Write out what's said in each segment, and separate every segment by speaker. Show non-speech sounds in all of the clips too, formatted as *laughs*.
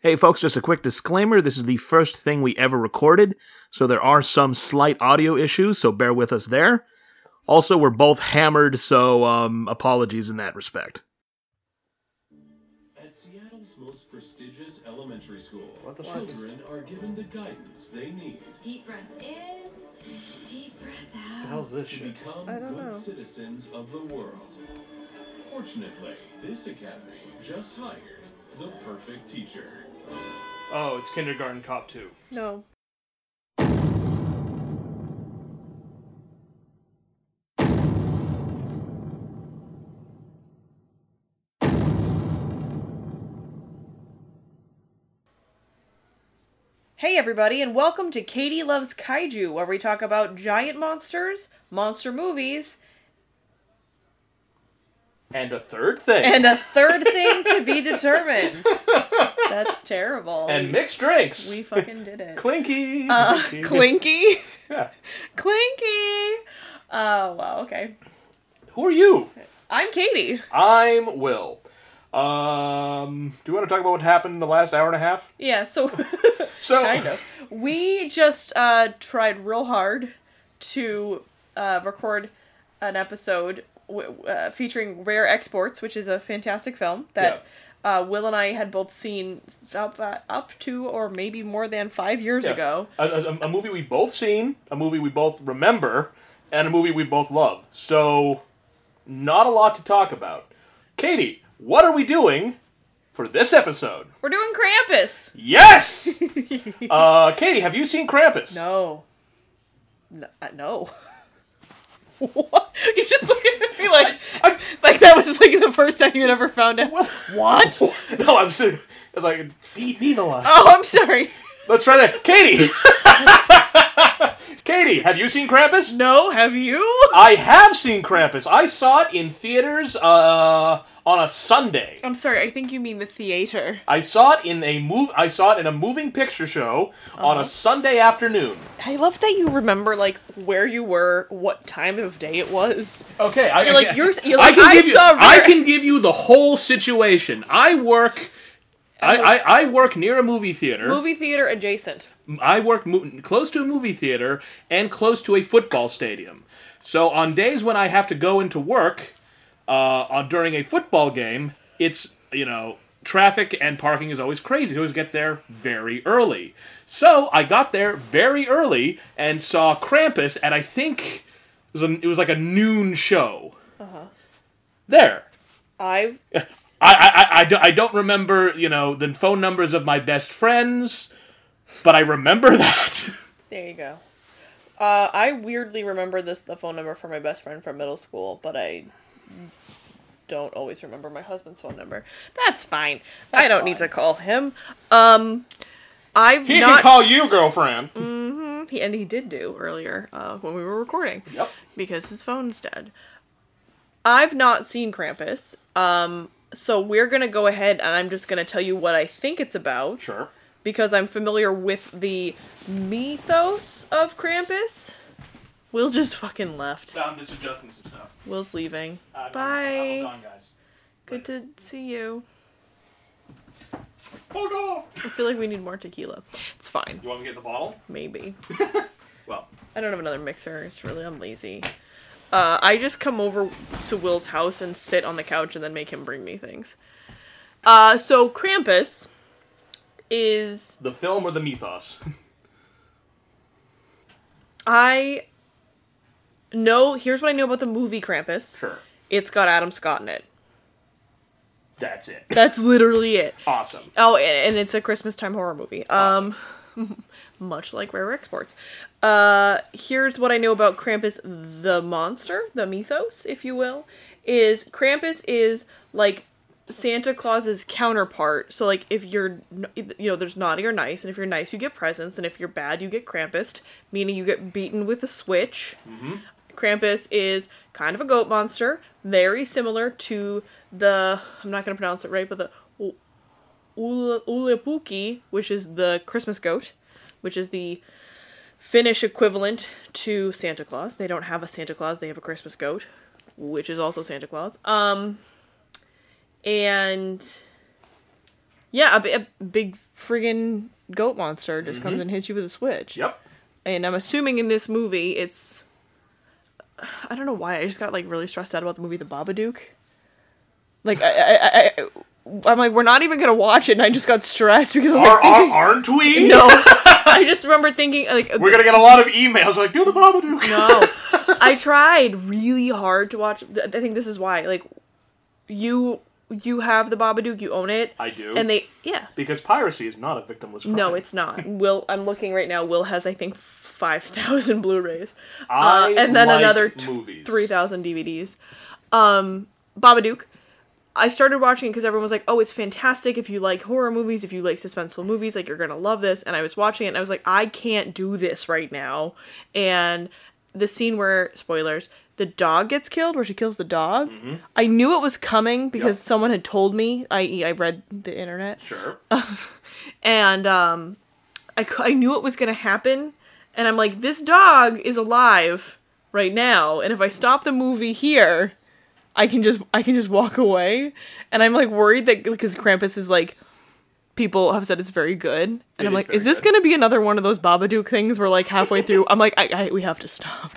Speaker 1: Hey, folks, just a quick disclaimer this is the first thing we ever recorded, so there are some slight audio issues, so bear with us there. Also, we're both hammered, so um, apologies in that respect.
Speaker 2: At Seattle's most prestigious elementary school, children are given the guidance they need
Speaker 3: Deep breath in, deep breath out.
Speaker 4: this
Speaker 2: to become
Speaker 5: I don't
Speaker 2: good
Speaker 5: know.
Speaker 2: citizens of the world. Fortunately, this academy just hired the perfect teacher.
Speaker 4: Oh, it's Kindergarten Cop 2.
Speaker 5: No. Hey, everybody, and welcome to Katie Loves Kaiju, where we talk about giant monsters, monster movies,
Speaker 4: And a third thing.
Speaker 5: and a third thing to be determined. That's terrible.
Speaker 4: And mixed drinks.
Speaker 5: we fucking did it.
Speaker 4: Clinky.
Speaker 5: Uh, Clinky.
Speaker 4: *laughs* Yeah.
Speaker 5: Clinky. Oh, wow, okay.
Speaker 4: Who are you?
Speaker 5: I'm Katie.
Speaker 4: I'm Will. Um, do you want to talk about what happened in the last hour and a half?
Speaker 5: Yeah, so *laughs*
Speaker 4: So,
Speaker 5: kind of. We just uh, tried real hard to uh, record an episode w- uh, featuring Rare Exports, which is a fantastic film that uh, Will and I had both seen up, uh, up to or maybe more than five years
Speaker 4: yeah.
Speaker 5: ago.
Speaker 4: A, a- a movie we both seen, a movie we both remember, and a movie we both love. So, not a lot to talk about. Katie, what are we doing for this episode?
Speaker 5: We're doing Krampus. *laughs*
Speaker 4: Yes! uh, Katie, have you seen Krampus?
Speaker 5: No. No. uh, no. *laughs* What? You just look at me like,
Speaker 4: I-
Speaker 5: like that was like the first time you'd ever found out.
Speaker 4: What? *laughs* no, I'm sitting. It's like feed me the line.
Speaker 5: *laughs* Oh, I'm sorry.
Speaker 4: Let's try that, Katie. *laughs* Katie, have you seen Krampus?
Speaker 5: No, have you?
Speaker 4: I have seen Krampus. I saw it in theaters uh, on a Sunday.
Speaker 5: I'm sorry. I think you mean the theater.
Speaker 4: I saw it in a move. I saw it in a moving picture show on a Sunday afternoon.
Speaker 5: I love that you remember like where you were, what time of day it was.
Speaker 4: Okay, I, *laughs*
Speaker 5: You're like you're. you're
Speaker 4: I
Speaker 5: like,
Speaker 4: can
Speaker 5: I
Speaker 4: give you.
Speaker 5: saw
Speaker 4: I
Speaker 5: Rare-
Speaker 4: can give you the whole situation. I work. I, I, I work near a movie theater.
Speaker 5: movie theater adjacent.
Speaker 4: I work mo- close to a movie theater and close to a football stadium. So on days when I have to go into work uh, on, during a football game, it's you know traffic and parking is always crazy. You always get there very early. So I got there very early and saw Krampus, and I think it was, a, it was like a noon show. There.
Speaker 5: I
Speaker 4: I, I, I, I, do, I don't remember, you know, the phone numbers of my best friends, but I remember *laughs* that.
Speaker 5: There you go. Uh, I weirdly remember this the phone number for my best friend from middle school, but I don't always remember my husband's phone number. That's fine. I don't need to call him. Um, I've
Speaker 4: He
Speaker 5: not, Mm.
Speaker 4: can call you girlfriend.
Speaker 5: he- and he did do earlier uh, when we were recording
Speaker 4: Yep.
Speaker 5: because his phone's dead. I've not seen Krampus, um, so we're gonna go ahead and I'm just gonna tell you what I think it's about
Speaker 4: Sure.
Speaker 5: because I'm familiar with the mythos of Krampus. Will just fucking left.
Speaker 4: I'm just adjusting some stuff.
Speaker 5: Will's leaving. Bye.
Speaker 4: guys.
Speaker 5: Good to see you.
Speaker 4: Fuck off.
Speaker 5: I feel like we need more tequila. It's fine.
Speaker 4: You want me to get the bottle?
Speaker 5: Maybe.
Speaker 4: Well,
Speaker 5: I don't have another mixer. It's really, I'm lazy. Uh, I just come over to Will's house and sit on the couch and then make him bring me things. Uh, so Krampus is
Speaker 4: the film or the
Speaker 5: *laughs*
Speaker 4: mythos?
Speaker 5: I know. Here's what I know about the movie Krampus.
Speaker 4: sure.
Speaker 5: It's got Adam Scott in it.
Speaker 4: That's it.
Speaker 5: That's literally it.
Speaker 4: Awesome.
Speaker 5: Oh, and, and it's a Christmas time horror movie. Um, *laughs* much like Rare Exports. Uh, here's what I know about Krampus the monster, the mythos, if you will, is Krampus is like Santa Claus's counterpart. So like if you're n- you know there's naughty or nice, and if you're nice you get presents, and if you're bad you get Krampused, meaning you get beaten with a switch. Krampus is kind of a goat monster, very similar to the I'm not going to pronounce it right, but the U- Ule- Ulepuki, which is the Christmas goat, which is the Finnish equivalent to Santa Claus. They don't have a Santa Claus, they have a Christmas goat, which is also Santa Claus. Um and Yeah, a, bi- a big friggin' goat monster just comes and hits you with a switch. *laughs*
Speaker 4: Yep.
Speaker 5: And I'm assuming in this movie, it's. I don't know why. I just got like really stressed out about the movie The Babadook. Like I, I, I, I I'm like, we're not even gonna watch it, and I just got stressed because I was
Speaker 4: Are,
Speaker 5: like, thinking,
Speaker 4: are, not we?
Speaker 5: no. I just remember thinking like
Speaker 4: We're gonna get a lot of emails like, do the Babadook.
Speaker 5: no. I tried really hard to watch. I think this is why. Like, you you have the Babadook, you own it.
Speaker 4: I do.
Speaker 5: And they yeah.
Speaker 4: Because piracy is not a victimless crime.
Speaker 5: No, it's not. Will I'm looking right now. Will has I think five thousand Blu-rays,
Speaker 4: I
Speaker 5: uh, and then
Speaker 4: like
Speaker 5: another t-
Speaker 4: movies.
Speaker 5: three thousand DVDs. Um, Babadook. I started watching because everyone was like, "Oh, it's fantastic! If you like horror movies, if you like suspenseful movies, like you're gonna love this." And I was watching it, and I was like, "I can't do this right now." And the scene where spoilers, the dog gets killed, where she kills the dog. I knew it was coming because
Speaker 4: Yep.
Speaker 5: someone had told me. I I read the internet *laughs*
Speaker 4: Sure.
Speaker 5: and um, I, cou- I knew it was gonna happen, and I'm like, this dog is alive right now, and if I stop the movie here, I can just I can just walk away, and I'm like worried that because Krampus is like. People have said it's very good, and
Speaker 4: It
Speaker 5: I'm
Speaker 4: is
Speaker 5: like,
Speaker 4: very
Speaker 5: is this
Speaker 4: good.
Speaker 5: gonna be another one of those Babadook things where like halfway through, I'm like, I, I we have to stop.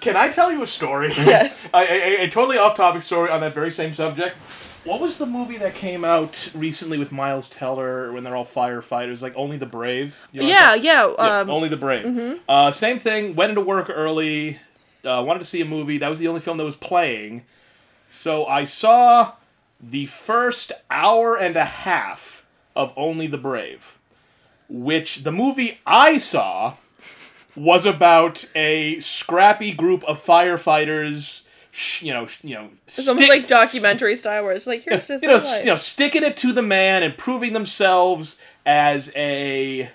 Speaker 4: Can I tell you a story?
Speaker 5: *laughs* *laughs* Yes.
Speaker 4: I- I- I- a totally off-topic story on that very same subject. What was the movie that came out recently with Miles Teller when they're all firefighters? Like Only the Brave. You know what I'm
Speaker 5: Yeah, yeah.
Speaker 4: Yeah,
Speaker 5: Um,
Speaker 4: only the brave. Uh, same thing. Went into work early. Uh, wanted to see a movie. That was the only film that was playing. So I saw the first hour and a half of Only the Brave, which the movie I saw was about a scrappy group of firefighters. sh- You know, sh- you know,
Speaker 5: it's almost like documentary style where it's like, here's
Speaker 4: *laughs*
Speaker 5: just
Speaker 4: you know,
Speaker 5: the
Speaker 4: s-
Speaker 5: life.
Speaker 4: you know, sticking it to the man and proving themselves as a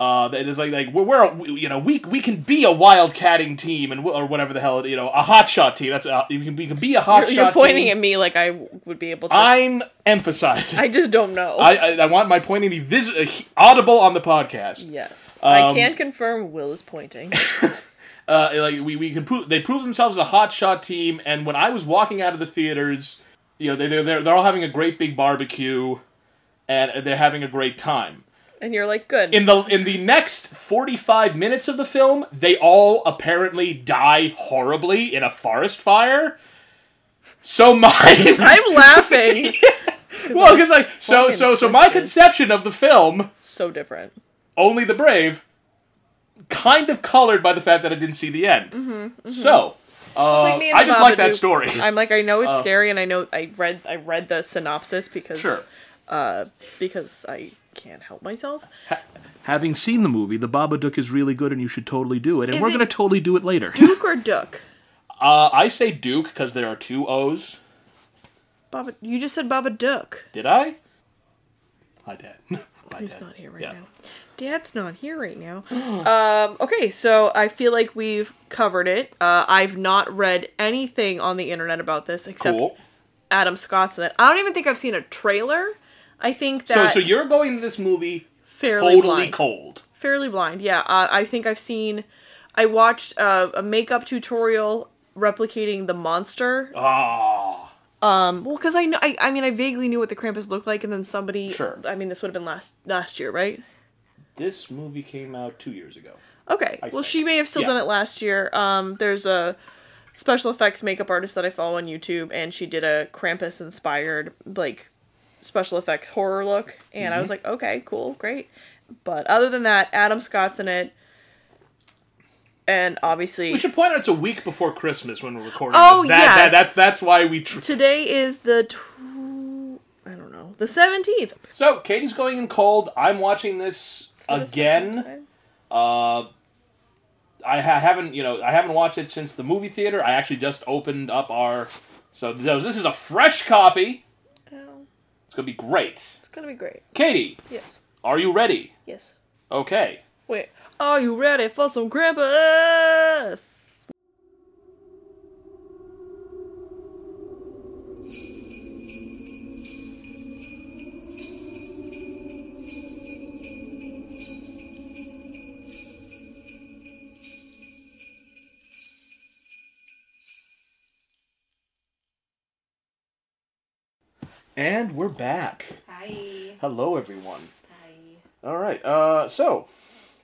Speaker 4: uh, that is like like we're, we're a, we- you know we we can be a wildcatting team and we- or whatever the hell it- you know a hotshot team. That's uh, you can we can be a hotshot.
Speaker 5: You're- you're pointing
Speaker 4: team.
Speaker 5: at me like I w- would be able to.
Speaker 4: I'm emphasizing. I
Speaker 5: I just don't know.
Speaker 4: I, I want my pointing to be vis- uh, he- audible on the podcast.
Speaker 5: Yes. I
Speaker 4: Um,
Speaker 5: can confirm Will is pointing. *laughs*
Speaker 4: uh, like we, we can prove they prove themselves as a hotshot team and when i was walking out of the theaters you know they, they're, they're, they're all having a great big barbecue and they're having a great time
Speaker 5: And you're like, good.
Speaker 4: in the in the next 45 minutes of the film they all apparently die horribly in a forest fire so my *laughs*
Speaker 5: *laughs* I'm laughing.
Speaker 4: well because like so
Speaker 5: fucking
Speaker 4: so so my
Speaker 5: twisted.
Speaker 4: conception of the film
Speaker 5: so different.
Speaker 4: only the brave kind of colored by the fact that i didn't see the end
Speaker 5: Mm-hmm,
Speaker 4: so uh,
Speaker 5: like me and
Speaker 4: i
Speaker 5: the
Speaker 4: just like that
Speaker 5: Babadook.
Speaker 4: story Uh,
Speaker 5: I'm like, I know it's scary, and I know I read I read the synopsis because uh,
Speaker 4: Sure.
Speaker 5: because I can't help myself.
Speaker 6: Having seen the movie, The Babadook is really good, and you should totally do it. And
Speaker 5: Is
Speaker 6: we're
Speaker 5: it-
Speaker 6: going to totally do it later.
Speaker 5: Duke or Duck?
Speaker 4: Uh, I say Duke because there are two O's.
Speaker 5: Baba, you just said Baba Duck.
Speaker 4: Did I? Hi, *laughs* Dad. Hi,
Speaker 5: He's
Speaker 4: Dad.
Speaker 5: not here right
Speaker 4: Yeah.
Speaker 5: now. Dad's not here
Speaker 4: *gasps*
Speaker 5: right now. um, okay, so I feel like we've covered it. Uh, I've not read anything on the internet about this except
Speaker 4: Cool.
Speaker 5: Adam Scott's in it. I don't even think I've seen a trailer. I think
Speaker 4: So,
Speaker 5: that
Speaker 4: so you're going to this movie
Speaker 5: fairly
Speaker 4: totally
Speaker 5: blind.
Speaker 4: cold.
Speaker 5: Fairly blind. Yeah, uh, I think I've seen. I watched uh, a makeup tutorial replicating the monster.
Speaker 4: Ah,
Speaker 5: Um, well, because I know. I, I mean, I vaguely knew what the Krampus looked like, and then somebody.
Speaker 4: Sure.
Speaker 5: I mean, this would have been last last year, right?
Speaker 4: this movie came out two years ago.
Speaker 5: Okay. well,
Speaker 4: think.
Speaker 5: she may have still
Speaker 4: Yeah.
Speaker 5: done it last year. Um, there's a special effects makeup artist that I follow on YouTube, and she did a Krampus inspired like special effects horror look, and I was
Speaker 4: Mm-hmm.
Speaker 5: like, okay, cool, great. But other than that, Adam Scott's in it, and obviously
Speaker 4: We should point out it's a week before Christmas when we're recording
Speaker 5: Oh,
Speaker 4: this. That, that-
Speaker 5: yes.
Speaker 4: that's that's why we. Tr-
Speaker 5: today is the tw- I don't know the seventeenth.
Speaker 4: so Katie's going in cold. I'm watching this again. Uh, I ha- haven't you know I haven't watched it since the movie theater. I actually just opened up our. So this is a fresh copy.
Speaker 5: It's
Speaker 4: It's gonna be great.
Speaker 5: gonna be great.
Speaker 4: Katie,
Speaker 5: Yes.
Speaker 4: are you ready?
Speaker 5: Yes.
Speaker 4: Okay.
Speaker 5: Wait. Are you ready for some Krampus?
Speaker 4: And we're back.
Speaker 7: Hi.
Speaker 4: Hello, everyone.
Speaker 7: Hi.
Speaker 4: All right. Uh, so,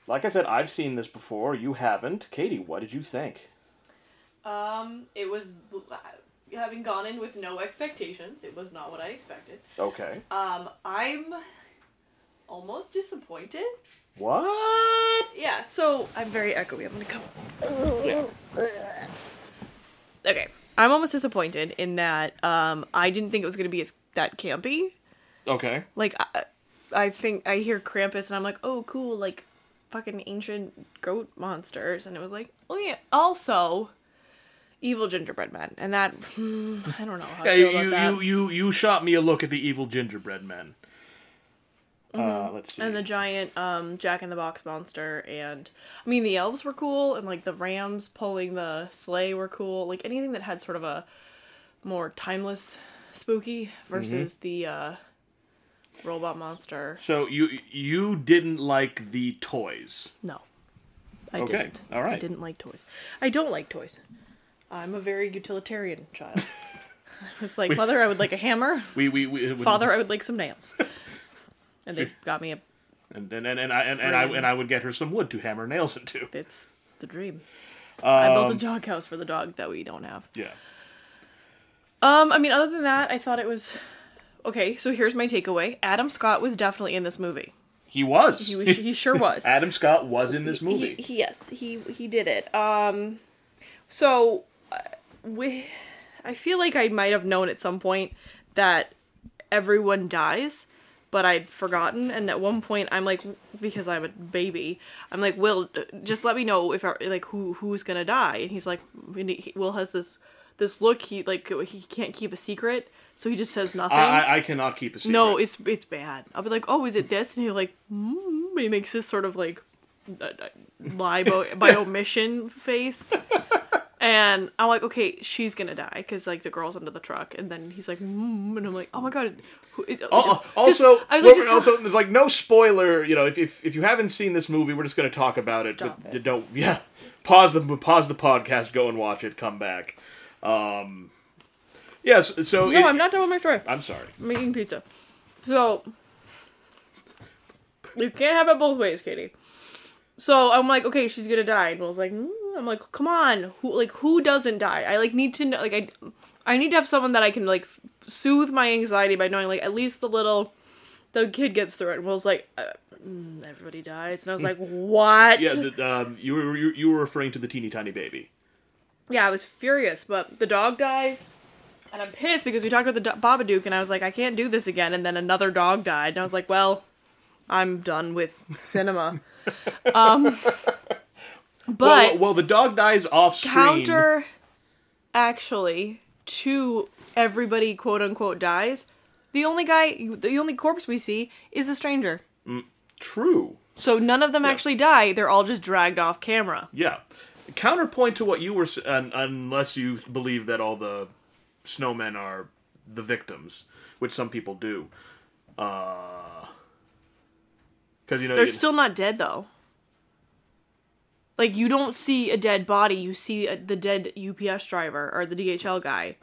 Speaker 4: like I said, I've seen this before. You haven't. Katie, what did you think?
Speaker 5: Um, it was having gone in with no expectations. It was not what I expected.
Speaker 4: Okay.
Speaker 5: Um, I'm almost disappointed.
Speaker 4: What?
Speaker 5: Yeah. So I'm very echoey. I'm gonna come. Okay. I'm almost disappointed in that. Um, I didn't think it was gonna be as that campy.
Speaker 4: Okay.
Speaker 5: Like, I, I think I hear Krampus and I'm like, oh, cool, like, fucking ancient goat monsters, and it was like, oh yeah, also, evil gingerbread man, and that, *sighs* hmm, I don't know. How
Speaker 4: Yeah,
Speaker 5: I feel
Speaker 4: you,
Speaker 5: about
Speaker 4: you,
Speaker 5: that.
Speaker 4: you, you, you shot me a look at the evil gingerbread men. Uh, let's see.
Speaker 5: Mm-hmm. and the giant um jack in the box monster and i mean the elves were cool and like the rams pulling the sleigh were cool like anything that had sort of a more timeless spooky
Speaker 4: Mm-hmm.
Speaker 5: versus the uh robot monster
Speaker 4: so you you didn't like the toys.
Speaker 5: no i
Speaker 4: Okay,
Speaker 5: didn't
Speaker 4: all
Speaker 5: i
Speaker 4: right.
Speaker 5: didn't like toys i don't like toys i'm a very utilitarian child
Speaker 4: *laughs*
Speaker 5: i was like mother i would like a hammer
Speaker 4: We we, we it would-
Speaker 5: father i would like some nails and they got me a
Speaker 4: and and and, and, I, and, and I and I would get her some wood to hammer nails
Speaker 5: *laughs*
Speaker 4: into.
Speaker 5: It's the dream. I built a
Speaker 4: Um,
Speaker 5: dog house for the dog that we don't have.
Speaker 4: Yeah.
Speaker 5: Um, I mean, other than that, I thought it was okay. So here's my takeaway: Adam Scott was definitely in this movie.
Speaker 4: He was. *laughs*
Speaker 5: He was, he sure was.
Speaker 4: Adam Scott was in this movie.
Speaker 5: He, he- yes, he he did it. Um, so uh, we, I feel like I might have known at some point that everyone dies, but I'd forgotten. And at one point, I'm like, because I'm a baby, I'm like, Will, just let me know if I, like who who's gonna die. And he's like, and he- Will has this this look. He like he can't keep a secret, so he just says nothing.
Speaker 4: Uh, I, I, I cannot keep a secret.
Speaker 5: No, it's it's bad. I'll be like, oh, is it this? And he'll like, mm, he makes this sort of like uh, uh, lie by,
Speaker 4: *laughs*
Speaker 5: by omission face. And I'm like, okay, she's gonna die because like the girl's under the truck, and then he's like, mm, and I'm like, oh my god. who- it-
Speaker 4: Uh,
Speaker 5: just-
Speaker 4: also,
Speaker 5: I was like,
Speaker 4: we're-
Speaker 5: just-
Speaker 4: also, there's like no spoiler. You know, if, if if you haven't seen this movie, we're just going to talk about it.
Speaker 5: Stop
Speaker 4: but
Speaker 5: it.
Speaker 4: don't, *laughs* yeah. Pause the pause the podcast. Go and watch it. Come back. Um, yes. so it-
Speaker 5: no, I'm not done with my story.
Speaker 4: I'm sorry.
Speaker 5: I'm eating pizza, so you can't have it both ways, Katie. So I'm like, okay, she's gonna die, and Will's like, mm. I'm like, come on, who like who doesn't die? I like need to know, like I, I need to have someone that I can like soothe my anxiety by knowing like at least the little, the kid gets through it, and Will's like, uh, mm, everybody dies, and I was like,
Speaker 4: *laughs*
Speaker 5: what?
Speaker 4: Yeah, the, um, you were you, you were referring to the teeny tiny baby.
Speaker 5: yeah, I was furious, but the dog dies. And I'm pissed because we talked about the do- Babadook, and I was like, I can't do this again. And then another dog died, and I was like, well, I'm done with
Speaker 4: *laughs*
Speaker 5: cinema. um,
Speaker 4: Well, well,
Speaker 5: but
Speaker 4: well, the dog dies off screen.
Speaker 5: counter, actually, to everybody quote unquote dies, the only guy, the only corpse we see is a stranger.
Speaker 4: True.
Speaker 5: So none of them actually die; they're all just dragged off camera.
Speaker 4: Yeah. Counterpoint to what you were, s- un- unless you th- believe that all the snowmen are the victims, which some people do. Because you know,
Speaker 5: They're
Speaker 4: you-
Speaker 5: still not dead though. Like you don't see a dead body, you see a, the dead UPS driver or the DHL guy,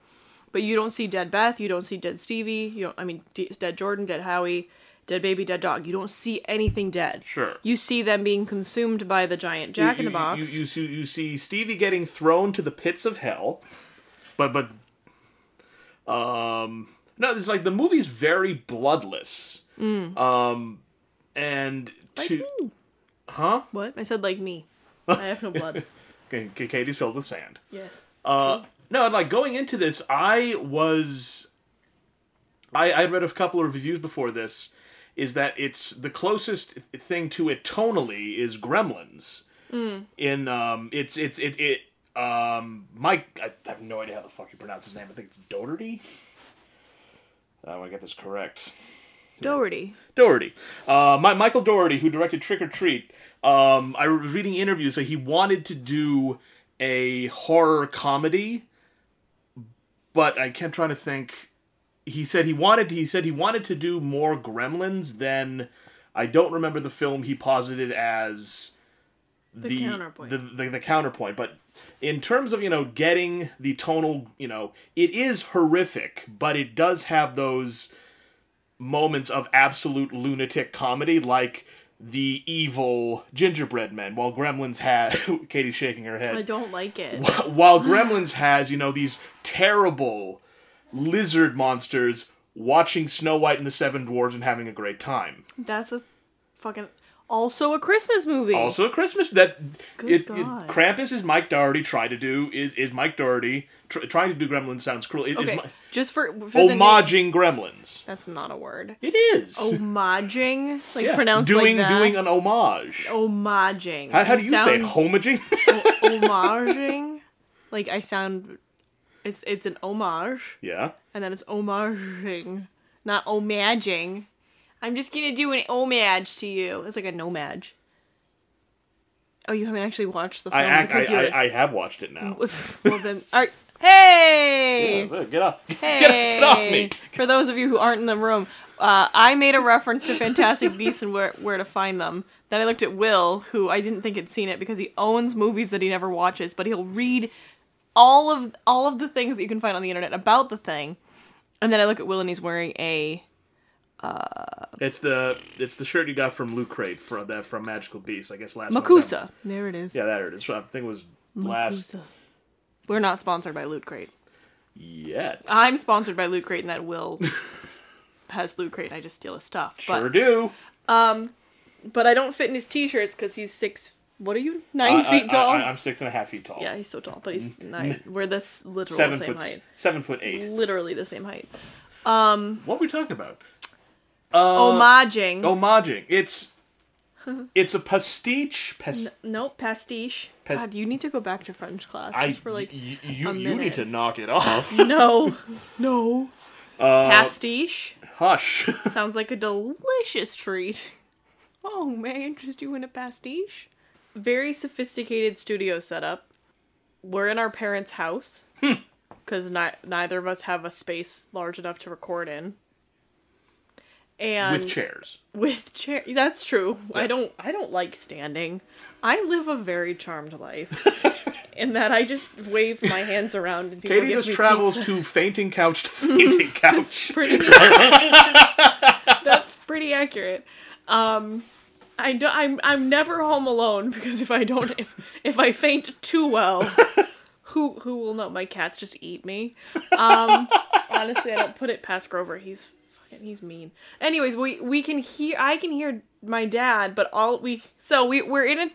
Speaker 5: but you don't see dead Beth, you don't see dead Stevie, you don't. I mean, D- dead Jordan, dead Howie, dead baby, dead dog. You don't see anything dead.
Speaker 4: Sure.
Speaker 5: You see them being consumed by the giant Jack in the
Speaker 4: you-
Speaker 5: Box.
Speaker 4: You, you, see- you see Stevie getting thrown to the pits of hell, but but um no, it's like the movie's very bloodless.
Speaker 5: Mm.
Speaker 4: Um, and to huh?
Speaker 5: what? I said like me. I have
Speaker 4: *laughs*
Speaker 5: no blood.
Speaker 4: Okay, K- Katie's filled with sand.
Speaker 5: Yes.
Speaker 4: Uh, no, like going into this, I was. I I read a couple of reviews before this. Is that it's the closest thing to it tonally is Gremlins. In um, it's it's it it um Mike. I have no idea how the fuck you pronounce his name. I think it's Doherty. Oh, I want to get this correct.
Speaker 5: Doherty.
Speaker 4: Doherty. Uh, my, Michael Doherty, who directed Trick or Treat, um, I was reading interviews that he wanted to do a horror comedy, but I kept trying to think. He said he wanted. He said he wanted to do more Gremlins than I don't remember the film he posited as the
Speaker 5: counterpoint.
Speaker 4: The, the, the counterpoint, but in terms of you know getting the tonal, you know, it is horrific, but it does have those moments of absolute lunatic comedy, like the evil gingerbread men, while Gremlins had *laughs* Katie's shaking her head
Speaker 5: I don't like it.
Speaker 4: *laughs* while Gremlins has, you know, these terrible lizard monsters watching Snow White and the Seven Dwarves and having a great time.
Speaker 5: That's a fucking also a Christmas movie.
Speaker 4: Also, a Christmas that
Speaker 5: Good
Speaker 4: it, it-
Speaker 5: God.
Speaker 4: Krampus is Mike Doherty trying to do is is Mike Doherty tr- trying to do Gremlins sounds cruel. It is Oh
Speaker 5: okay,
Speaker 4: Mi-
Speaker 5: just for, for the name-
Speaker 4: homaging Gremlins.
Speaker 5: That's not a word.
Speaker 4: It is
Speaker 5: Homaging, like
Speaker 4: Yeah.
Speaker 5: pronounced
Speaker 4: doing
Speaker 5: like that.
Speaker 4: doing an homage.
Speaker 5: homaging.
Speaker 4: how, how do you say it?
Speaker 5: *laughs* sound-
Speaker 4: homaging? *laughs*
Speaker 5: homaging? Like I sound, it's it's an homage,
Speaker 4: yeah,
Speaker 5: and then it's homaging, not homaging. I'm just gonna do an homage to you. It's like a nomad. Oh, you haven't actually watched the film
Speaker 4: I, ac-
Speaker 5: because
Speaker 4: I,
Speaker 5: you're.
Speaker 4: I I have watched it now.
Speaker 5: *laughs* well then, all right. Hey.
Speaker 4: Yeah, get off! *laughs*
Speaker 5: Hey!
Speaker 4: Get, get off me!
Speaker 5: For those of you who aren't in the room, uh, I made a reference to Fantastic *laughs* Beasts and where, where to find them. Then I looked at Will, who I didn't think had seen it because he owns movies that he never watches, but he'll read all of all of the things that you can find on the internet about the thing. And then I look at Will and he's wearing a
Speaker 4: It's the it's the shirt you got from Loot Crate from that from Magical Beast, I guess last November.
Speaker 5: Makusa. There it is.
Speaker 4: Yeah, that it is. I think it was last
Speaker 5: We're not sponsored by Loot Crate.
Speaker 4: yet.
Speaker 5: I'm sponsored by Loot Crate, and
Speaker 4: *laughs*
Speaker 5: that Will has Loot Crate. I just steal his stuff.
Speaker 4: sure
Speaker 5: but,
Speaker 4: do.
Speaker 8: But I don't fit in his t-shirts because he's six. What are you? Nine
Speaker 4: Uh, I- I-
Speaker 8: feet tall.
Speaker 4: I, am six and a half feet tall.
Speaker 8: yeah, he's so tall, but he's nine.
Speaker 4: *laughs*
Speaker 8: We're this literal
Speaker 4: Mm. seven
Speaker 8: same
Speaker 4: foot
Speaker 8: height.
Speaker 4: seven foot eight.
Speaker 8: Literally the same height.
Speaker 4: What are we talking about? Uh,
Speaker 5: homaging.
Speaker 4: Homaging.
Speaker 5: *laughs*
Speaker 4: It's it's a pastiche. Pas-
Speaker 8: Nope, pastiche.
Speaker 4: pas-
Speaker 5: God, you need to go back to French class
Speaker 4: I
Speaker 5: just for like
Speaker 4: y- y- you
Speaker 5: a
Speaker 4: you need
Speaker 5: minute.
Speaker 4: to knock it off. *laughs*
Speaker 8: No.
Speaker 5: no
Speaker 4: Uh,
Speaker 5: pastiche.
Speaker 4: *laughs* Hush.
Speaker 5: Sounds like a delicious treat. Oh, may I interest you in a pastiche?
Speaker 8: Very sophisticated studio setup. We're in our parents'
Speaker 4: *laughs*
Speaker 8: house
Speaker 4: Hmm.
Speaker 8: because ni- neither of us have a space large enough to record in. And
Speaker 5: Um,
Speaker 4: With chairs.
Speaker 8: with chair that's true i don't i don't like standing i live a very charmed
Speaker 4: *laughs*
Speaker 8: life in that i just wave my hands around and people
Speaker 4: Katie
Speaker 8: give
Speaker 4: just
Speaker 8: me
Speaker 4: travels
Speaker 8: pizza.
Speaker 4: to
Speaker 8: *laughs*
Speaker 4: fainting couch to fainting couch.
Speaker 8: pretty *laughs* that's pretty accurate um I do, I'm I'm never home alone because if I don't if if I faint too well, who who will know? My cats just eat me. Um, honestly, I don't put it past Grover. He's fucking he's mean. Anyways, we we can hear I can hear my dad, but all we so we we're in a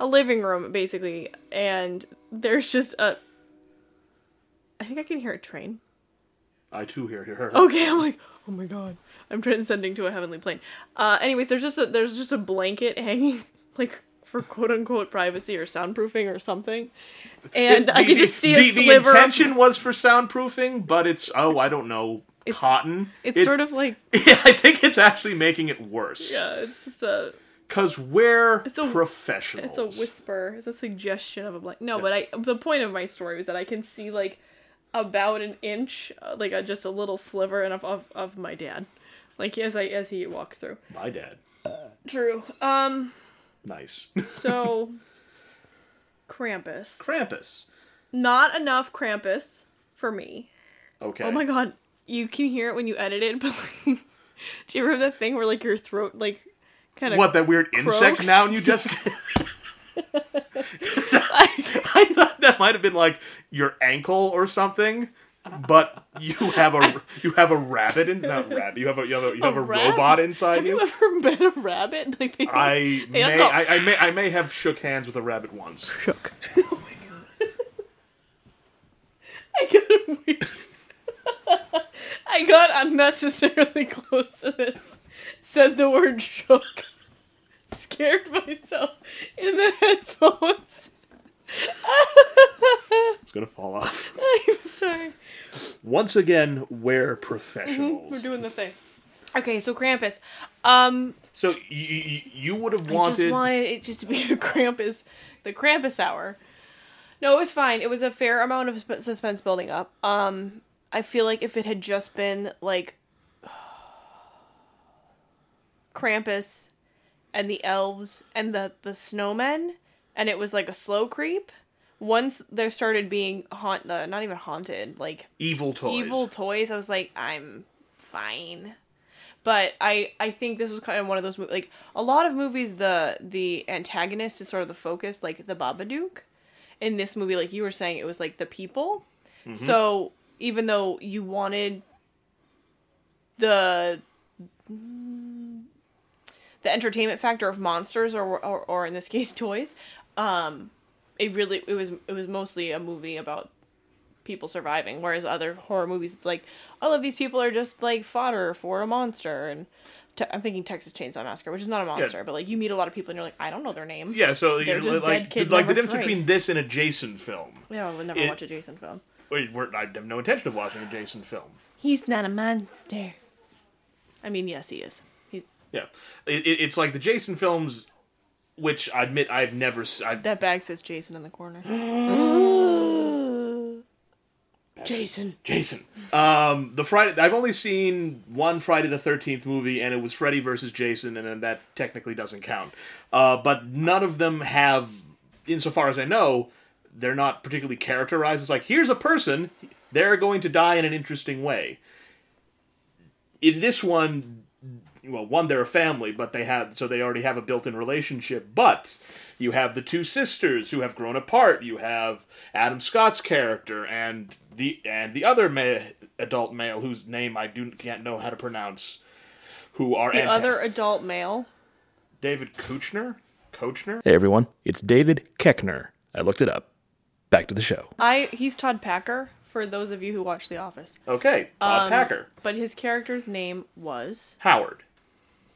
Speaker 8: a living room basically, and there's just a. I think I can hear a train.
Speaker 4: I too hear her.
Speaker 8: Okay, I'm like, oh my god, I'm transcending to a heavenly plane. Uh, anyways, there's just a there's just a blanket hanging, *laughs* like for quote unquote privacy or soundproofing or something, and I can just see a
Speaker 4: the,
Speaker 8: sliver.
Speaker 4: The
Speaker 8: of-
Speaker 4: intention was for soundproofing, but it's oh, I don't know, cotton.
Speaker 8: it's sort
Speaker 4: *laughs*
Speaker 8: of like
Speaker 4: I think it's actually making it worse.
Speaker 8: yeah, it's just a
Speaker 4: Because we're
Speaker 8: It's a-
Speaker 4: professionals.
Speaker 8: it's a whisper, it's a suggestion of a blanket. No, but I the point of my story was that I can see like about an inch, uh, like a, just a little sliver, and of, of of my dad, like as I as he walks through.
Speaker 4: My dad.
Speaker 8: True. Um.
Speaker 4: Nice. *laughs*
Speaker 8: So. *laughs* Krampus.
Speaker 4: Krampus.
Speaker 8: not enough Krampus for me.
Speaker 4: Okay.
Speaker 5: Oh my god, you can hear it when you edit it. *laughs* But like, do you remember that thing where like your throat like kind of
Speaker 4: What that weird insect
Speaker 5: Croaks?
Speaker 4: noun
Speaker 8: *laughs*
Speaker 4: you just? *laughs*
Speaker 5: *laughs*
Speaker 4: *laughs* I thought that might have been like your ankle or something, but you have a you have a rabbit in not rabbit you have a you have a, you have a,
Speaker 5: rabbit?
Speaker 4: robot inside
Speaker 5: Have
Speaker 4: you.
Speaker 5: you ever *laughs* met a rabbit? Like they
Speaker 4: I
Speaker 5: *laughs* Hey,
Speaker 4: may
Speaker 5: Uncle.
Speaker 4: I, I may I may have shook hands with a rabbit once.
Speaker 5: shook. *laughs*
Speaker 8: I got weird. I got
Speaker 5: *laughs*
Speaker 8: unnecessarily close to this. Said the word shook. Scared myself in
Speaker 5: *laughs*
Speaker 8: the headphones.
Speaker 4: It's gonna fall off.
Speaker 5: *laughs*
Speaker 8: I'm sorry.
Speaker 4: Once again, we're professionals.
Speaker 5: Mm-hmm.
Speaker 8: We're doing the thing.
Speaker 5: Okay, so Krampus. Um,
Speaker 4: so y- y- you would have
Speaker 5: I just
Speaker 4: wanted.
Speaker 5: wanted it just to be *laughs* the Krampus, the Krampus hour. No, it was fine. It was a fair amount of sp- suspense building up. Um, I feel like if it had just been like *sighs* Krampus and the elves and the the snowmen, and it was like a slow creep. Once there started being haunt, uh, not even haunted, like
Speaker 4: evil toys.
Speaker 5: evil toys, I was like, I'm fine. But I, I think this was kind of one of those movies. Like a lot of movies, the the antagonist is sort of the focus, like the Babadook. In this movie, like you were saying, it was like the people. So even though you wanted the the entertainment factor of monsters or or, or in this *laughs* case toys, um, it really it was it was mostly a movie about people surviving. Whereas other horror movies, it's like all of these people are just like fodder for a monster. And te- I'm thinking Texas Chainsaw Massacre, which is not a monster, but like you meet a lot of people and you're like, I don't know their name.
Speaker 4: Yeah, so
Speaker 5: They're
Speaker 4: you know,
Speaker 5: just
Speaker 4: like
Speaker 5: dead kid
Speaker 4: like the
Speaker 5: number
Speaker 4: difference
Speaker 5: three.
Speaker 4: between this and a Jason film.
Speaker 5: Yeah, I would never
Speaker 4: It-
Speaker 5: watch a Jason film.
Speaker 4: Wait, we're, I have no intention of watching a Jason film.
Speaker 5: He's not a monster. I mean, yes, he is. He's
Speaker 4: Yeah, it, it, it's like the Jason films, which I admit I've never. s- I,
Speaker 5: that bag says Jason in the corner. Jason.
Speaker 4: Jason. Um, the Friday I've only seen one Friday the Thirteenth movie, and it was Freddy versus Jason, and then that technically doesn't count. Uh, but none of them have, insofar as I know, they're not particularly characterized. It's like here's a person, they're going to die in an interesting way. In this one, well, one they're a family, but they have so they already have a built-in relationship. But you have the two sisters who have grown apart. You have Adam Scott's character and the and the other ma- adult male whose name I do can't know how to pronounce, who are
Speaker 5: The
Speaker 4: anta-
Speaker 5: other adult male.
Speaker 4: David Kuchner. Kuchner.
Speaker 1: Hey everyone, it's David Keckner. I looked it up. Back to the show.
Speaker 5: I he's Todd Packer for those of you who watch The Office.
Speaker 4: Okay,
Speaker 5: Um,
Speaker 4: Todd Packer.
Speaker 5: But his character's name was
Speaker 4: Howard.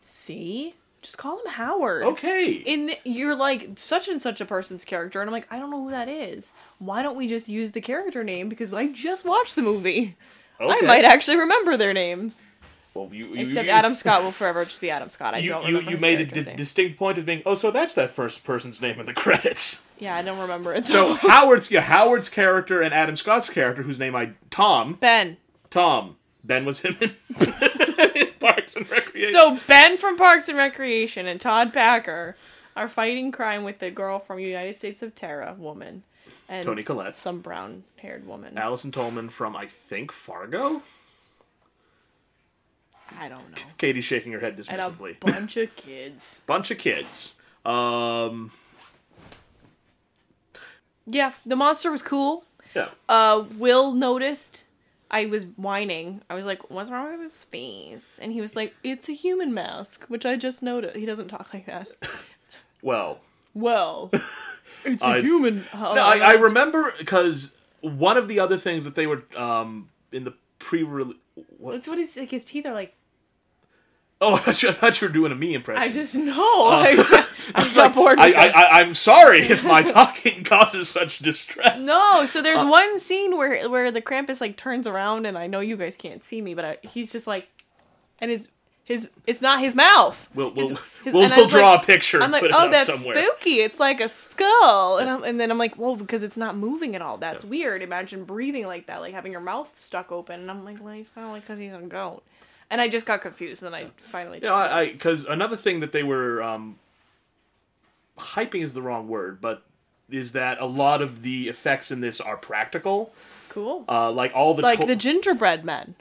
Speaker 5: See? Just call him Howard.
Speaker 4: Okay.
Speaker 5: In the, you're like such and such a person's character, and I'm like, I don't know who that is. Why don't we just use the character name? Because I just watched the movie.
Speaker 4: okay.
Speaker 5: I might actually remember their names.
Speaker 4: Well, you, you,
Speaker 5: Except
Speaker 4: you-
Speaker 5: Adam Scott will forever just be Adam Scott. I
Speaker 4: You,
Speaker 5: don't
Speaker 4: you,
Speaker 5: remember.
Speaker 4: you
Speaker 5: his
Speaker 4: made a
Speaker 5: character's
Speaker 4: di-
Speaker 5: name.
Speaker 4: distinct point of being, oh, so that's that first person's name in the *laughs* credits.
Speaker 5: yeah, I don't remember it.
Speaker 4: So Howard's yeah, Howard's character and Adam Scott's character, whose name I Tom
Speaker 5: *laughs* Ben.
Speaker 4: Tom Ben was him in, in *laughs* Parks and Recreation.
Speaker 5: So Ben from Parks and Recreation and Todd Packer are fighting crime with the girl from United States of Terra woman and
Speaker 4: Tony Collette,
Speaker 5: some brown haired woman.
Speaker 4: Allison Tolman from I think Fargo.
Speaker 5: I don't know.
Speaker 4: Katie's shaking her head
Speaker 5: And a
Speaker 4: dismissively.
Speaker 5: bunch of kids.
Speaker 4: Bunch of kids. Um,
Speaker 5: Yeah, the monster was cool.
Speaker 4: yeah.
Speaker 5: Uh, Will noticed I was whining. I was like, "What's wrong with his face?" And he was like, "It's a human mask," which I just noticed. He doesn't talk like that.
Speaker 4: well, *laughs*
Speaker 5: Well, it's a
Speaker 4: I-
Speaker 5: human. Oh,
Speaker 4: No, I, I
Speaker 5: that's-
Speaker 4: remember because one of the other things that they were um, in the pre-release. What? *laughs*
Speaker 5: That's what he's like. His teeth are like.
Speaker 4: Oh, I thought you were doing a me impression.
Speaker 5: I just know. *laughs* I, I
Speaker 4: It's
Speaker 5: got
Speaker 4: Uh, like,
Speaker 5: bored.
Speaker 4: I,
Speaker 5: with
Speaker 4: I,
Speaker 5: it.
Speaker 4: I, I'm sorry if
Speaker 5: *laughs*
Speaker 4: my talking causes such distress.
Speaker 5: No, so
Speaker 4: Uh,
Speaker 5: there's one scene where where the Krampus like turns around, and I know you guys can't see me, but I, he's just like, and his his it's not his mouth.
Speaker 4: We'll,
Speaker 5: His-
Speaker 4: we'll,
Speaker 5: his-
Speaker 4: we'll,
Speaker 5: and I
Speaker 4: we'll
Speaker 5: was
Speaker 4: draw
Speaker 5: like-
Speaker 4: a picture
Speaker 5: I'm
Speaker 4: and
Speaker 5: like,
Speaker 4: put it
Speaker 5: oh,
Speaker 4: up
Speaker 5: that's
Speaker 4: somewhere.
Speaker 5: spooky. It's like a skull, and I'm, and then I'm like, well, because it's not moving at all. That's weird. Imagine breathing like that, like having your mouth stuck open. And I'm like, well, he's probably because he's a goat. And I just got confused, and then I finally.
Speaker 4: You know, I because another thing that they were um, hyping is the wrong word, but is that a lot of the effects in this are practical,
Speaker 5: cool.
Speaker 4: uh, like all the
Speaker 5: like
Speaker 4: to- *laughs*
Speaker 5: the gingerbread men.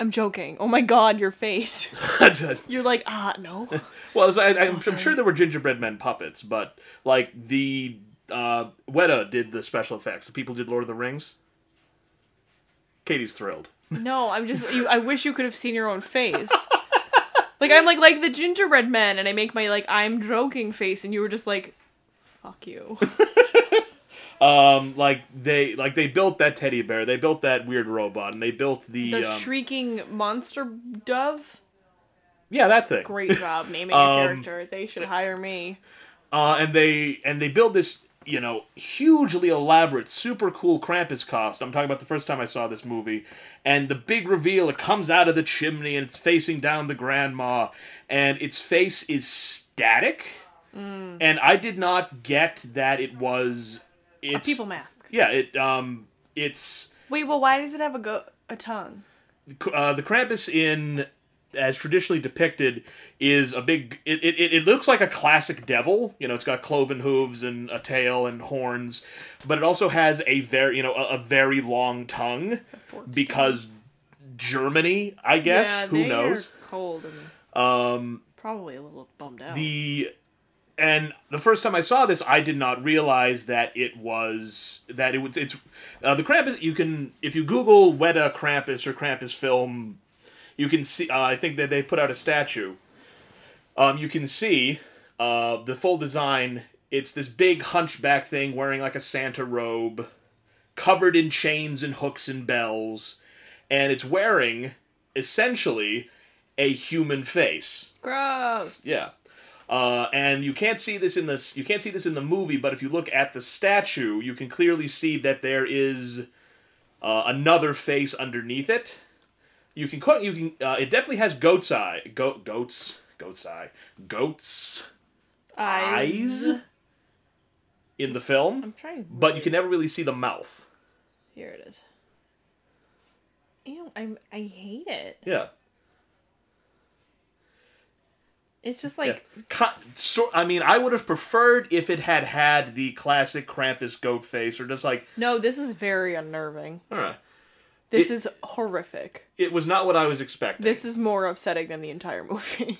Speaker 5: I'm joking. Oh my god, your face. *laughs* You're like, ah, no.
Speaker 4: Well, as I, I, I'm, I'm sure there were gingerbread men puppets, but like the uh, Weta did the special effects. The people did Lord of the Rings. Katie's thrilled.
Speaker 5: No, I'm just. You, I wish you could have seen your own face. like I'm like like the gingerbread man, and I make my like I'm joking face, and you were just like,
Speaker 4: *laughs*
Speaker 5: "Fuck you."
Speaker 4: Um, like they like they built that teddy bear, they built that weird robot, and they built the,
Speaker 5: The
Speaker 4: um,
Speaker 5: shrieking monster dove.
Speaker 4: yeah that thing.
Speaker 5: Great job
Speaker 4: *laughs*
Speaker 5: naming
Speaker 4: Um,
Speaker 5: a character. They should hire me.
Speaker 4: Uh, and they and they build this you know hugely elaborate, super cool Krampus costume. I'm talking about the first time I saw this movie, and the big reveal. It comes out of the chimney and it's facing down the grandma, and its face is static.
Speaker 5: Mm.
Speaker 4: And I did not get that it was
Speaker 5: A
Speaker 4: it's
Speaker 5: people mask.
Speaker 4: yeah it um it's
Speaker 5: Wait, well, why does it have a go a tongue?
Speaker 4: uh, the Krampus in as traditionally depicted is a big it, it, it looks like a classic devil you know it's got cloven hooves and a tail and horns but it also has a very you know a, a very long tongue because germany i guess who knows Um,
Speaker 5: cold and probably a little bummed out.
Speaker 4: the and the first time I saw this, I did not realize that it was that it was it's uh, the Krampus. You can if you Google Weta Krampus or Krampus film, you can see. Uh, I think that they put out a statue. Um, you can see uh, the full design. It's this big hunchback thing wearing like a Santa robe, covered in chains and hooks and bells, and it's wearing essentially a human face.
Speaker 5: Gross.
Speaker 4: Yeah. Uh, and you can't see this in the you can't see this in the movie, but if you look at the statue, you can clearly see that there is uh, another face underneath it. You can co- you can uh, it definitely has goat's eye goat goats goat's eye goats eyes in the film,
Speaker 5: I'm trying.
Speaker 4: but you can never really see the mouth.
Speaker 5: Here it is. Ew, I I hate it.
Speaker 4: Yeah,
Speaker 5: It's just
Speaker 4: yeah.
Speaker 5: like
Speaker 4: Co- so, I mean, I would have preferred if it had had the classic Krampus goat face, or just like
Speaker 5: no, this is very unnerving.
Speaker 4: all right.
Speaker 5: This
Speaker 4: It-
Speaker 5: is horrific.
Speaker 4: It was not what I was expecting.
Speaker 5: This is more upsetting than the entire
Speaker 4: *laughs*
Speaker 5: movie.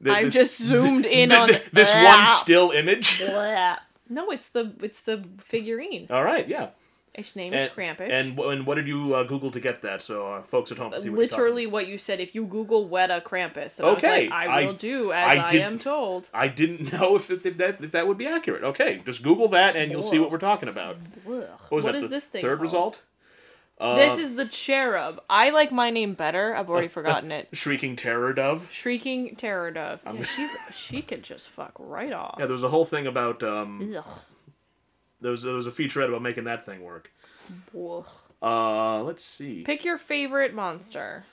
Speaker 4: The-
Speaker 5: I've
Speaker 4: the-
Speaker 5: just
Speaker 4: *laughs*
Speaker 5: zoomed in
Speaker 4: th-
Speaker 5: on
Speaker 4: th-
Speaker 5: the-
Speaker 4: this one still image.
Speaker 5: Blah. No, it's the it's the figurine.
Speaker 4: *laughs* All right, yeah.
Speaker 5: Its name is
Speaker 4: Uh, And,
Speaker 5: Krampus.
Speaker 4: and wh- and what did you uh, Google to get that? So uh, folks at home can see what you're talking
Speaker 5: literally what you said. If you Google Weta Krampus, and I,
Speaker 4: Okay,
Speaker 5: was like, I
Speaker 4: I-
Speaker 5: will do as
Speaker 4: I
Speaker 5: I,
Speaker 4: did-
Speaker 5: am told.
Speaker 4: about. I didn't *laughs* know if, it, if that if that would be accurate. Okay, just Google that and you'll see what we're talking about. What was
Speaker 5: What
Speaker 4: that?
Speaker 5: is
Speaker 4: the
Speaker 5: this thing
Speaker 4: Third
Speaker 5: called?
Speaker 4: result. Uh,
Speaker 5: this is the cherub. I like my name better. I've
Speaker 4: *laughs*
Speaker 5: already forgotten it.
Speaker 4: shrieking terror dove.
Speaker 5: Shrieking terror dove.
Speaker 4: *laughs*
Speaker 5: Yeah, she's she could just fuck right off.
Speaker 4: Yeah, there was a whole thing about um,
Speaker 5: Ugh.
Speaker 4: there was there was a featurette about making that thing work.
Speaker 5: Ugh.
Speaker 4: Uh, let's see.
Speaker 5: Pick your favorite monster,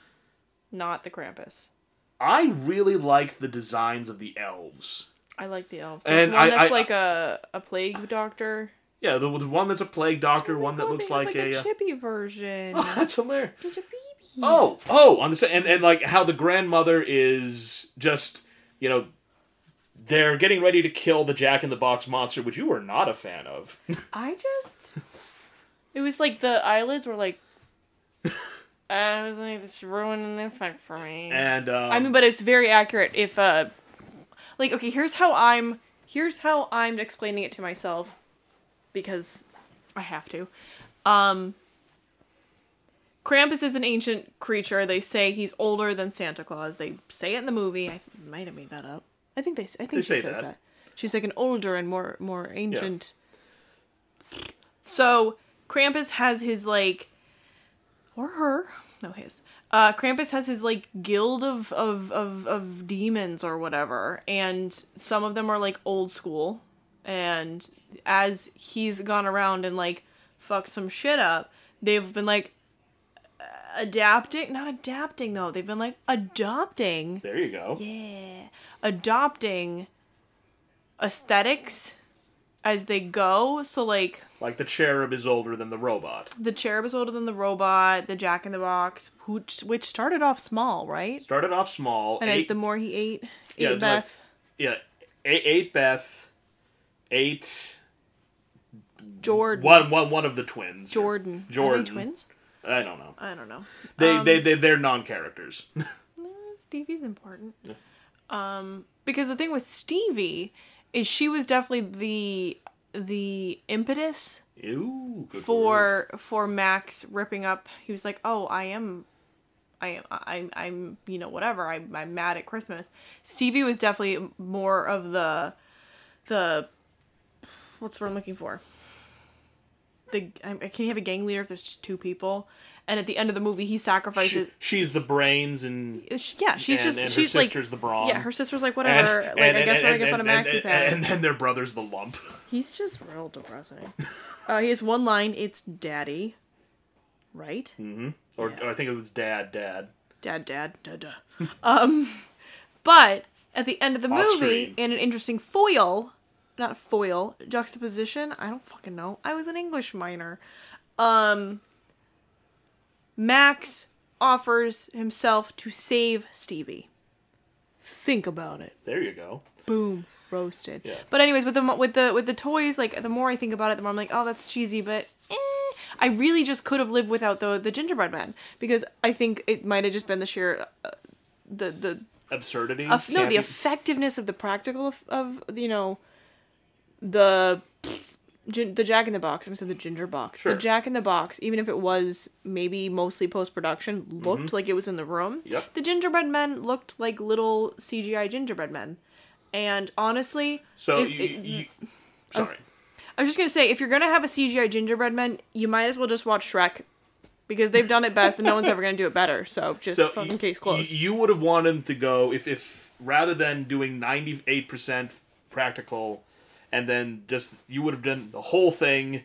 Speaker 5: not the Krampus.
Speaker 4: I really liked the designs of the elves.
Speaker 5: I like the elves. There's
Speaker 4: And
Speaker 5: one
Speaker 4: I-
Speaker 5: that's
Speaker 4: I-
Speaker 5: like a a plague doctor.
Speaker 4: Yeah, the, the one that's a plague doctor,
Speaker 5: Oh
Speaker 2: Oh
Speaker 5: my
Speaker 4: one that
Speaker 5: God,
Speaker 4: looks
Speaker 5: they have,
Speaker 4: like,
Speaker 5: a,
Speaker 4: uh, *laughs*
Speaker 5: chippy version.
Speaker 4: Oh, that's hilarious.
Speaker 5: It's a baby.
Speaker 4: Oh, oh, on the sa- and and like how the grandmother is just you know they're getting ready to kill the Jack in the Box monster, which you are not a fan
Speaker 5: *laughs*
Speaker 4: of.
Speaker 5: I just. It was like the eyelids were
Speaker 4: *laughs*
Speaker 5: like. I was like, it's ruining the effect for me.
Speaker 4: And um,
Speaker 5: I mean, but it's very accurate. If uh, like okay, here's how I'm here's how I'm explaining it to myself, because I have to. Um. Krampus is an ancient creature. They say he's older than Santa Claus. They say it in the movie. I might have made that up. I think they. s- I think
Speaker 4: They
Speaker 5: she
Speaker 4: say
Speaker 5: says
Speaker 4: that.
Speaker 5: that. She's like an older and more more ancient. So Krampus has his like or her. No, his. Uh, Krampus has his like guild of, of of of demons or whatever, and some of them are like old school. And as he's gone around and like fucked some shit up, they've been like adapting, not adapting though. They've been like adopting,
Speaker 4: there you go.
Speaker 5: yeah, adopting aesthetics as they go. So like
Speaker 4: Like the cherub is older than the robot.
Speaker 5: the cherub is older than the robot, the Jack in the Box, which which started off small, right?
Speaker 4: Started off small.
Speaker 5: And
Speaker 4: ate,
Speaker 5: ate, the more he ate, ate
Speaker 4: Yeah, it's like-
Speaker 5: Beth,
Speaker 4: yeah, ate, ate Beth, ate
Speaker 5: Jordan,
Speaker 4: one one one of the twins.
Speaker 5: Jordan, Are
Speaker 4: Jordan.
Speaker 5: they twins?
Speaker 4: I don't know.
Speaker 5: I don't know.
Speaker 4: They
Speaker 5: Um,
Speaker 4: they they they're non *laughs* characters.
Speaker 5: Stevie's important. Um, because the thing with Stevie is she was definitely the the impetus
Speaker 4: Ew. good word.
Speaker 5: for for Max ripping up. He was like, "Oh, I am, I am, I'm, I'm, you know, whatever. I'm, I'm mad at Christmas." Stevie was definitely more of the, the, what's what I'm looking for. The I, I can you have a gang leader if there's just two people, and at the end of the movie he sacrifices.
Speaker 4: She- she's the brains and
Speaker 5: She, yeah, she's
Speaker 4: and,
Speaker 5: just
Speaker 4: and
Speaker 5: she's
Speaker 4: her
Speaker 5: like.
Speaker 4: sister's the brawn.
Speaker 5: Yeah, her sister's like
Speaker 4: And-
Speaker 5: whatever. like
Speaker 4: and-
Speaker 5: I
Speaker 4: and-
Speaker 5: guess we're
Speaker 4: and-
Speaker 5: making fun of
Speaker 4: and-
Speaker 5: Maxie
Speaker 4: and-
Speaker 5: Pad.
Speaker 4: And then their brother's the lump.
Speaker 5: He's just real depressing. *laughs* uh, he has one line. It's daddy, right?
Speaker 4: Or, or I think it was dad, dad.
Speaker 5: dad, dad, dad, dad. um, but at the end of the
Speaker 4: Off
Speaker 5: movie,
Speaker 4: screen.
Speaker 5: in an interesting foil, not foil, juxtaposition, I don't fucking know. I was an English minor. Um, Max offers himself to save Stevie. Think about it.
Speaker 4: There you go.
Speaker 5: Boom. Roasted.
Speaker 4: Yeah.
Speaker 5: But anyways, with the mo- with the with the toys, like the more I think about it, the more I'm like, oh, that's cheesy, but eh. I really just could have lived without the the gingerbread man because I think it might have just been the sheer uh, the the
Speaker 4: absurdity.
Speaker 5: eff- no
Speaker 4: can't
Speaker 5: the
Speaker 4: be-
Speaker 5: effectiveness of the practical of, of you know the gin- the Jack in the Box. I'm gonna say the Ginger Box.
Speaker 4: Sure.
Speaker 5: The Jack in the Box, even if it was maybe mostly post production, looked like it was in the room.
Speaker 4: Mm-hmm. Yep.
Speaker 5: The Gingerbread Men looked like little CGI Gingerbread Men, and honestly,
Speaker 4: so
Speaker 5: if-
Speaker 4: you,
Speaker 5: it- oh,
Speaker 4: you, sorry.
Speaker 5: I was just gonna say, if you're gonna have a CGI gingerbread man, you might as well just watch Shrek, because they've done it best, and no one's ever gonna do it better. So just
Speaker 4: So
Speaker 5: fucking
Speaker 4: you-
Speaker 5: case closed.
Speaker 4: You, you would have wanted him to go if, if rather than doing ninety eight percent practical, and then just you would have done the whole thing.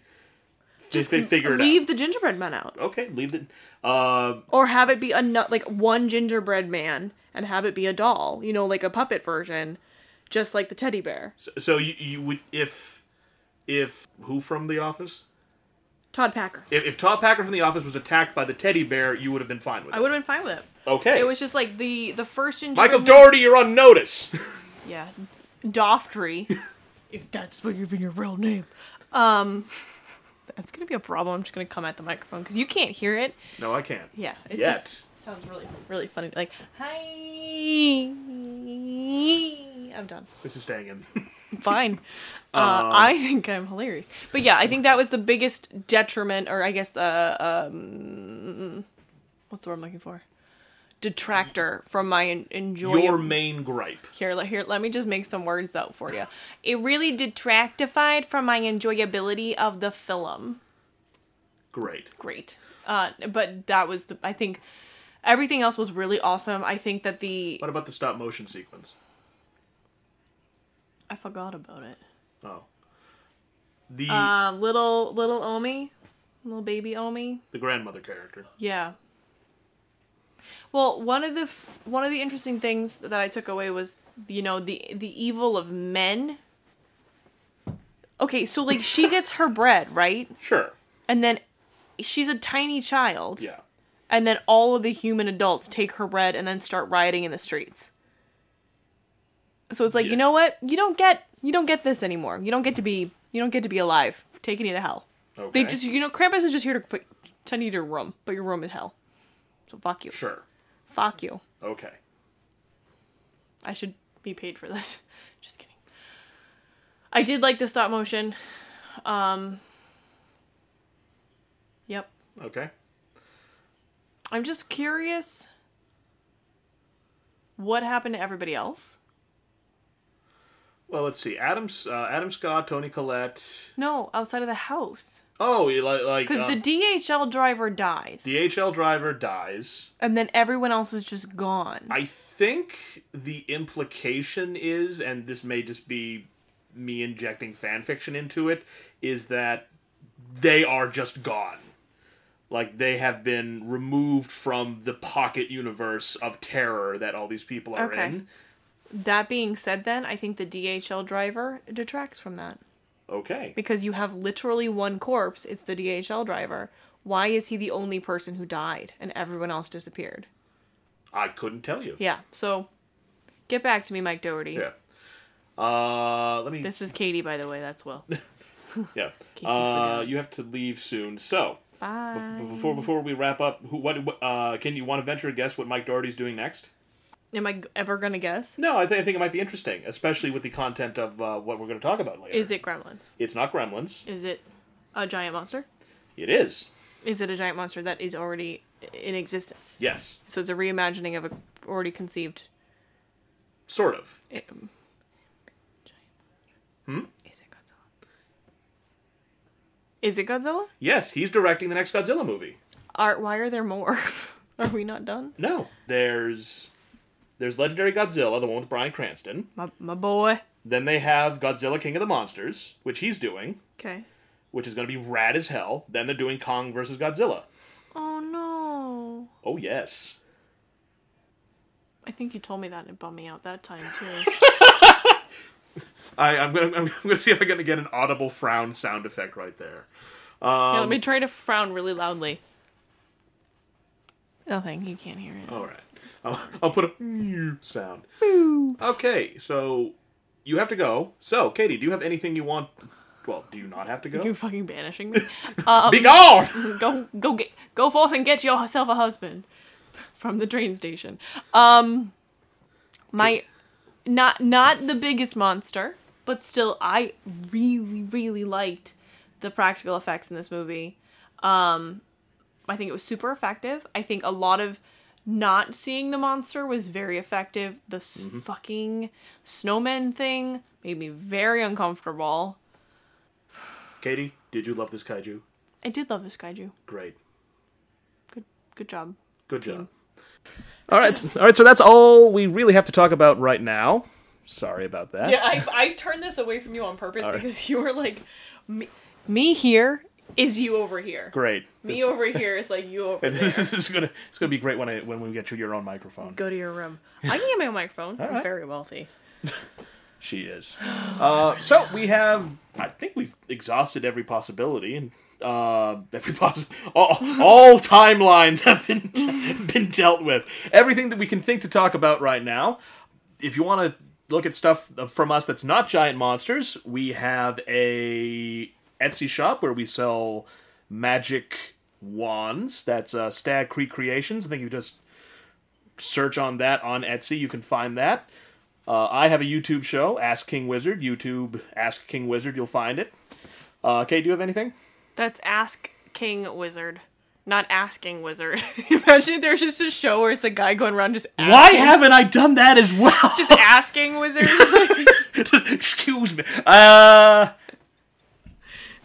Speaker 4: Just they figure it
Speaker 5: Leave
Speaker 4: out.
Speaker 5: the gingerbread man out,
Speaker 4: Okay, leave it. Uh,
Speaker 5: or have it be a nu- like one gingerbread man, and have it be a doll. You know, like a puppet version, just like the teddy bear.
Speaker 4: so, so you, you would if if who from the office?
Speaker 5: Todd Packer.
Speaker 4: If, if Todd Packer from the office was attacked by the teddy bear, you would have been fine with it.
Speaker 5: I would have been fine with it.
Speaker 4: okay.
Speaker 5: It was just like the the first gingerbread.
Speaker 4: Michael
Speaker 5: Man-
Speaker 4: Doherty, you're on
Speaker 5: *laughs*
Speaker 4: notice.
Speaker 5: Yeah, Doftry. *laughs* if that's not even your real name. Um, that's gonna be a problem. I'm just gonna come at the microphone because you can't hear it.
Speaker 4: no, I can't.
Speaker 5: Yeah, it
Speaker 4: Yet.
Speaker 5: just sounds really, really funny. Like, hi. I'm done.
Speaker 4: This is staying
Speaker 5: *laughs*
Speaker 4: in.
Speaker 5: Fine. Uh, I think I'm hilarious. But yeah, I think that was the biggest detriment, or I guess, uh, um, what's the word I'm looking for? Detractor from my en- enjoyment.
Speaker 4: Your main gripe.
Speaker 5: Here, le- here, let me just make some words up for you. It really detractified from my enjoyability of the film.
Speaker 4: Great.
Speaker 5: Great. Uh, but that was, the, I think, everything else was really awesome. I think that the
Speaker 4: What about the stop motion sequence?
Speaker 5: I forgot about it.
Speaker 4: Oh. The
Speaker 5: Uh, little little Omi, little baby Omi.
Speaker 4: the grandmother character.
Speaker 5: Yeah. Well, one of the f- one of the interesting things that I took away was you know the the evil of men. Okay, so like
Speaker 4: *laughs*
Speaker 5: she gets her bread right,
Speaker 4: Sure.
Speaker 5: and then she's a tiny child,
Speaker 4: Yeah.
Speaker 5: and then all of the human adults take her bread and then start rioting in the streets. So it's like
Speaker 4: Yeah.
Speaker 5: you know what you don't get you don't get this anymore. You don't get to be you don't get to be alive. Taking you to hell.
Speaker 4: Okay.
Speaker 5: They just you know Krampus is just here to put send you to your room, but your room is hell. So fuck you.
Speaker 4: Sure.
Speaker 5: Fuck you.
Speaker 4: Okay.
Speaker 5: I should be paid for this. *laughs* Just kidding. I did like the stop motion. Um Yep.
Speaker 4: Okay.
Speaker 5: I'm just curious what happened to everybody else?
Speaker 4: Well, let's see. Adam S- uh, Adam Scott, Tony Collette.
Speaker 5: No, outside of the house.
Speaker 4: Oh, you like like
Speaker 5: Cuz
Speaker 4: uh,
Speaker 5: the DHL driver dies
Speaker 4: DHL driver dies.
Speaker 5: and then everyone else is just gone.
Speaker 4: I think the implication is, and this may just be me injecting fan fiction into it, is that they are just gone. Like they have been removed from the pocket universe of terror that all these people are
Speaker 5: Okay.
Speaker 4: in.
Speaker 5: that being said then, I think the DHL driver detracts from that.
Speaker 4: Okay.
Speaker 5: because you have literally one corpse. It's the DHL driver. Why is he the only person who died and everyone else disappeared?
Speaker 4: I couldn't tell you.
Speaker 5: Yeah. So get back to me, Mike Doherty.
Speaker 4: Yeah. Uh, let me.
Speaker 5: This is Katie, by the way. That's Will.
Speaker 4: yeah.
Speaker 5: case you
Speaker 4: Uh,
Speaker 5: forgot.
Speaker 4: you have to leave soon, so
Speaker 5: Bye.
Speaker 4: b- before before we wrap up, who what what, uh, can you want to venture a guess what Mike Doherty's doing next?
Speaker 5: Am I g- ever gonna guess?
Speaker 4: No, I, th- I think it might be interesting, especially with the content of uh, what we're going to talk about later.
Speaker 5: Is it Gremlins?
Speaker 4: It's not Gremlins.
Speaker 5: Is it a giant monster?
Speaker 4: It is.
Speaker 5: Is it a giant monster that is already i- in existence?
Speaker 4: Yes,
Speaker 5: So it's a reimagining of a already conceived.
Speaker 4: sort of.
Speaker 5: i- um, giant. Hmm. Is it Godzilla? Is it Godzilla?
Speaker 4: Yes, he's directing the next Godzilla movie.
Speaker 5: Art, why are there more? *laughs* are we not done?
Speaker 4: No, there's there's Legendary Godzilla, the one with Bryan Cranston.
Speaker 5: My, my boy.
Speaker 4: Then they have Godzilla King of the Monsters, which he's doing,
Speaker 5: Okay.
Speaker 4: which is going to be rad as hell. Then they're doing Kong versus Godzilla.
Speaker 5: Oh no.
Speaker 4: Oh yes.
Speaker 5: I think you told me that and it bummed me out that time *laughs* too.
Speaker 4: I, I'm gonna I'm gonna *laughs* see if I'm gonna get an audible frown sound effect right there.
Speaker 5: yeah, let me try to frown really loudly. Nothing. Oh, You can't hear it.
Speaker 4: All right. I'll, I'll put a mew sound. Okay, so you have to go. So, Katie, do you have anything you want? Well, do you not have to
Speaker 5: You're
Speaker 4: go?
Speaker 5: fucking banishing me.
Speaker 4: Be gone!
Speaker 1: *laughs*
Speaker 5: go, go get, go forth and get yourself a husband. from the train station. Um, my not not the biggest monster, but still, I really really liked the practical effects in this movie. Um, I think it was super effective. I think a lot of not seeing the monster was very effective. The s fucking snowman thing made me very uncomfortable.
Speaker 4: Katie, did you love this kaiju?
Speaker 5: I did love this kaiju.
Speaker 4: Great.
Speaker 5: Good good job.
Speaker 4: Good job.
Speaker 1: All right, s- all right. So that's all we really have to talk about right now. Sorry about that.
Speaker 5: *laughs* Yeah, I, I turned this away from you on purpose because you were like, me, me here is you over here.
Speaker 4: Great.
Speaker 5: Me
Speaker 4: This-
Speaker 5: over here is like you over there.
Speaker 4: This *laughs* is gonna it's gonna be great when I when we get you your own microphone.
Speaker 5: Go to your room. I can get my own microphone. I'm
Speaker 4: right.
Speaker 5: very wealthy.
Speaker 4: She is. Uh, so we have I think we've exhausted every possibility and uh, every possible all, all timelines have been been *laughs* dealt with. Everything that we can think to talk about right now. If you want to look at stuff from us that's not giant monsters, we have a Etsy shop where we sell magic wands. That's uh, Stag Creek Creations. I think you just search on that on Etsy. You can find that. Uh, I have a YouTube show, Ask King Wizard. YouTube, Ask King Wizard. You'll find it. Uh, Kate, do you have anything?
Speaker 5: That's Ask King Wizard. Not asking wizard. *laughs* Imagine there's just a show where it's a guy going around just asking,
Speaker 4: Why haven't I done that as well?
Speaker 5: just asking wizards.
Speaker 4: *laughs* Excuse me. Uh,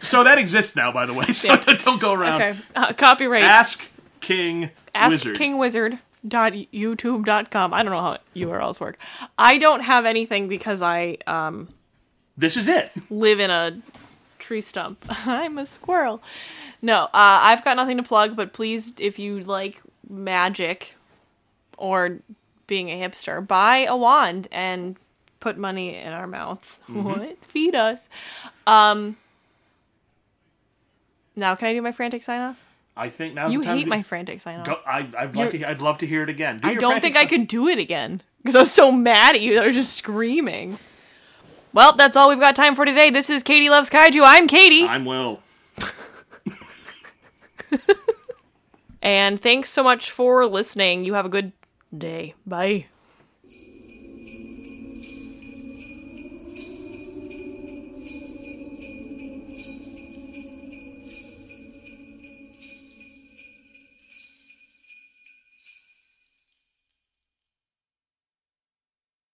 Speaker 4: so that exists now, by the way. *laughs* So
Speaker 5: Yeah.
Speaker 4: don't go around.
Speaker 5: *laughs* okay, uh, copyright.
Speaker 4: Ask King
Speaker 5: Ask
Speaker 4: Wizard.
Speaker 5: King Wizard dot youtube dot com. I don't know how URLs work. I don't have anything because I um
Speaker 4: This is it.
Speaker 5: live in a tree stump. *laughs* I'm a squirrel. No, uh, I've got nothing to plug, but please, if you like magic or being a hipster, buy a wand and put money in our mouths. *laughs*
Speaker 4: Mm-hmm.
Speaker 5: What? Feed us. Um. Now, can I do my frantic sign off?
Speaker 4: I think now's
Speaker 5: You
Speaker 4: the time
Speaker 5: hate
Speaker 4: to
Speaker 5: my frantic sign off.
Speaker 4: Go, I, I'd
Speaker 5: You're-
Speaker 4: like to. he- I'd love to hear it again. Do
Speaker 5: I
Speaker 4: your
Speaker 5: don't
Speaker 4: frantic
Speaker 5: think I
Speaker 4: sign-
Speaker 5: could do it again because I was so mad at you that I was just screaming. Well, that's all we've got time for today. This is Katie Loves Kaiju. I'm Katie.
Speaker 4: I'm Will.
Speaker 5: And thanks so much for listening. You have a good day. Bye.